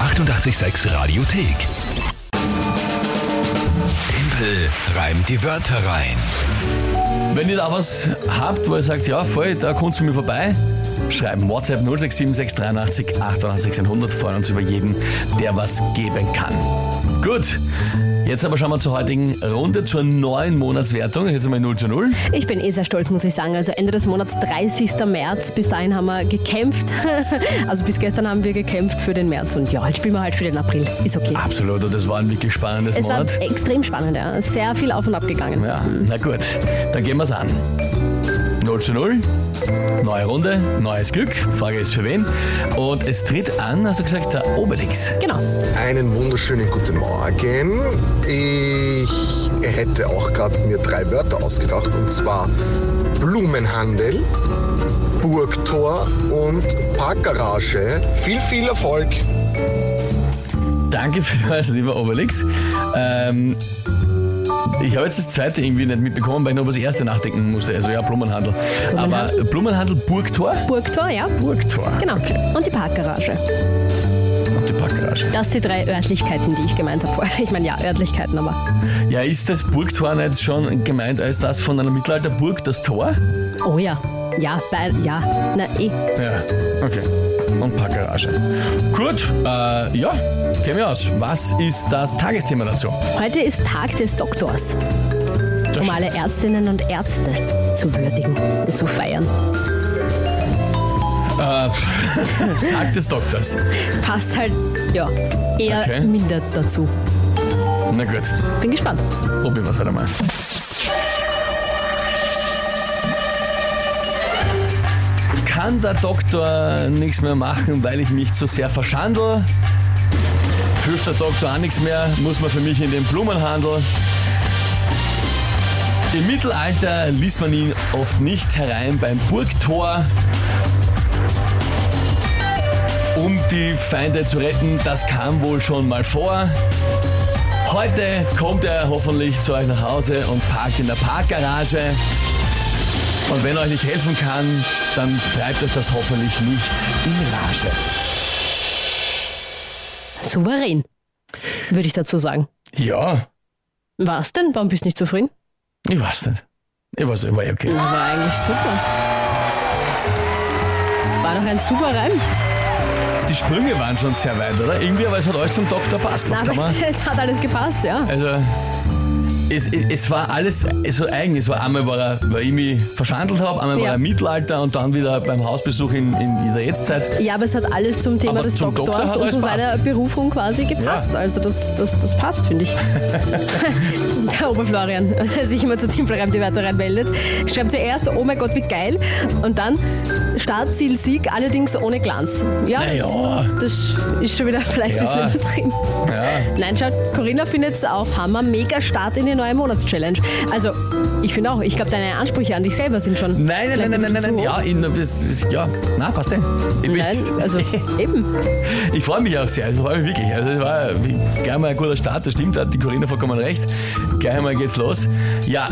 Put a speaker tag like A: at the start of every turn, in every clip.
A: 886 Radiothek. Tempel reimt die Wörter rein.
B: Wenn ihr da was habt, wo ihr sagt, ja, voll, da kommt bei mir vorbei, schreiben WhatsApp 0676 88 100. Freuen uns über jeden, der was geben kann. Gut, jetzt aber schauen wir zur heutigen Runde, zur neuen Monatswertung. Jetzt einmal 0 zu 0.
C: Ich bin eh sehr stolz, muss ich sagen. Also Ende des Monats, 30. März, bis dahin haben wir gekämpft. Also bis gestern haben wir gekämpft für den März und ja, jetzt spielen wir halt für den April. Ist okay.
B: Absolut, und das war ein wirklich spannendes
C: Es war
B: Ah, Monat.
C: extrem spannend, ja. Sehr viel auf und ab gegangen.
B: Ja, na gut, dann gehen wir's an. 0 zu 0, neue Runde, neues Glück. Frage ist für wen. Und es tritt an, hast du gesagt, der Obelix.
C: Genau.
D: Einen wunderschönen guten Morgen. Ich hätte auch gerade mir drei Wörter ausgedacht und zwar Blumenhandel, Burgtor und Parkgarage. Viel, viel Erfolg.
B: Danke vielmals, lieber Obelix. Ähm, ich habe jetzt das zweite irgendwie nicht mitbekommen, weil ich noch über das erste nachdenken musste. Also ja, Blumenhandel.
C: Blumenhandel?
B: Aber Blumenhandel Burgtor?
C: Burgtor, ja.
B: Burgtor.
C: Genau.
B: Okay.
C: Und die Parkgarage.
B: Und die Parkgarage.
C: Das sind die drei Örtlichkeiten, die ich gemeint habe vorher. Ich meine, ja, Örtlichkeiten, aber.
B: Ja, ist das Burgtor nicht schon gemeint als das von einer Mittelalterburg, das Tor?
C: Oh ja. Ja, bei, ja. Na, eh.
B: Ja, okay. Und Parkgarage. Gut, äh, ja, kennen wir aus. Was ist das Tagesthema dazu?
C: Heute ist Tag des Doktors, um alle Ärztinnen und Ärzte zu würdigen und zu feiern.
B: Äh, Tag des Doktors.
C: Passt halt, ja, eher
B: Okay.
C: minder dazu.
B: Na gut,
C: Bin gespannt.
B: probieren wir es halt einmal. Kann der Doktor nichts mehr machen, weil ich mich zu sehr verschandel? Hilft der Doktor auch nichts mehr? Muss man für mich in den Blumenhandel? Im Mittelalter ließ man ihn oft nicht herein beim Burgtor. Um die Feinde zu retten, das kam wohl schon mal vor. Heute kommt er hoffentlich zu euch nach Hause und parkt in der Parkgarage. Und wenn er euch nicht helfen kann, dann treibt euch das hoffentlich nicht in Rage.
C: Souverän, würde ich dazu sagen.
B: Ja,
C: Was denn? Warum bist du nicht zufrieden?
B: ich weiß nicht. Ich weiß, war eh okay.
C: Das war eigentlich super. War doch ein super Reim.
B: Die Sprünge waren schon sehr weit, oder? Irgendwie, aber es hat alles zum Doktor passt. Das kann
C: Aber
B: man.
C: es hat alles gepasst, ja.
B: Also, es, es, es war alles so eigen. Es war einmal, war er, weil ich mich verschandelt habe, einmal war
C: Ja.
B: er im Mittelalter und dann wieder beim Hausbesuch in, in der Jetztzeit.
C: Ja, aber es hat alles zum Thema
B: Aber
C: des
B: zum Doktor
C: Doktors
B: hat
C: und
B: alles
C: zu
B: passt.
C: seiner Berufung quasi gepasst.
B: Ja.
C: Also das, das, das passt, finde ich. Der Oberflorian, der sich immer zu Timpelreim die Wörter reinmeldet, schreibt zuerst, oh mein Gott, wie geil. Und dann Startziel Sieg, allerdings ohne Glanz. Ja,
B: Na Ah, ja.
C: das ist schon wieder vielleicht ein
B: Ja.
C: bisschen übertrieben.
B: Ja.
C: Nein, schaut, Corinna findet es auch Hammer, mega Start in die neue Monatschallenge. Also, ich finde auch, ich glaube, deine Ansprüche an dich selber sind schon.
B: Nein, nein,
C: vielleicht
B: nein,
C: ein
B: nein, nein,
C: bisschen
B: nein,
C: zu
B: ja,
C: hoch.
B: in, das, das, ja, na, passt eh. Ich, bin-
C: Nein, also eben.
B: ich freue mich auch sehr, ich freue mich wirklich. Also es war wie- gleich mal ein guter Start, das stimmt, da hat die Corinna vollkommen recht. Gleich mal geht's los. Ja,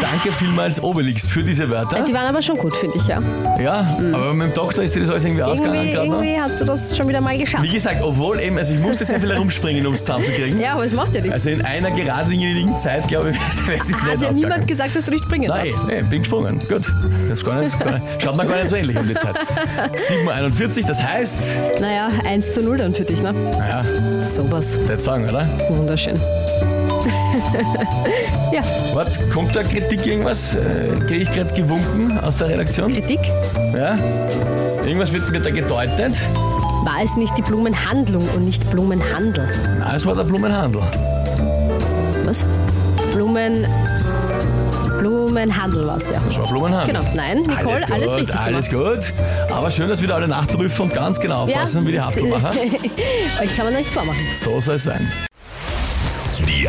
B: danke vielmals Obelix für diese Wörter.
C: Äh, Die waren aber schon gut, finde ich, ja.
B: Ja, aber mit dem Doktor ist dir das alles irgendwie ausgegangen
C: Mhm. Irgendwie,
B: gerade noch.
C: irgendwie hat sie das schon wieder mal
B: Wie
C: geschafft.
B: gesagt, obwohl eben, also ich musste sehr viel herumspringen, um es zusammenzukriegen.
C: Ja, aber es macht ja nichts.
B: Also in einer geradlinigen Zeit, glaube ich, wäre es Also, nicht
C: Hat ja
B: ausgegangen.
C: niemand gesagt, dass du nicht springen
B: Nein,
C: darfst.
B: nee, bin gesprungen. Gut. Das ist gar nicht, gar nicht, schaut mal gar nicht so ähnlich um die Zeit. 7.41, das heißt,
C: Naja, 1 zu 0 dann für dich, ne?
B: naja,
C: Sowas.
B: der Song, oder?
C: Wunderschön. ja,
B: Was? Kommt da Kritik irgendwas? Äh, Kriege ich gerade gewunken aus der Redaktion?
C: Kritik.
B: Ja? Irgendwas wird mir da gedeutet?
C: War es nicht die Blumenhandlung und nicht Blumenhandel?
B: Nein, es war der Blumenhandel.
C: Was? Blumen. Blumenhandel war es ja.
B: Es war Blumenhandel.
C: Genau. Nein, Nicole, alles,
B: alles gut,
C: richtig
B: Alles gut. Aber schön, dass wieder alle nachprüfen und ganz genau
C: Ja.
B: aufpassen, wie die Haftung machen.
C: Euch kann man da nichts vormachen.
B: So soll es sein.
A: Die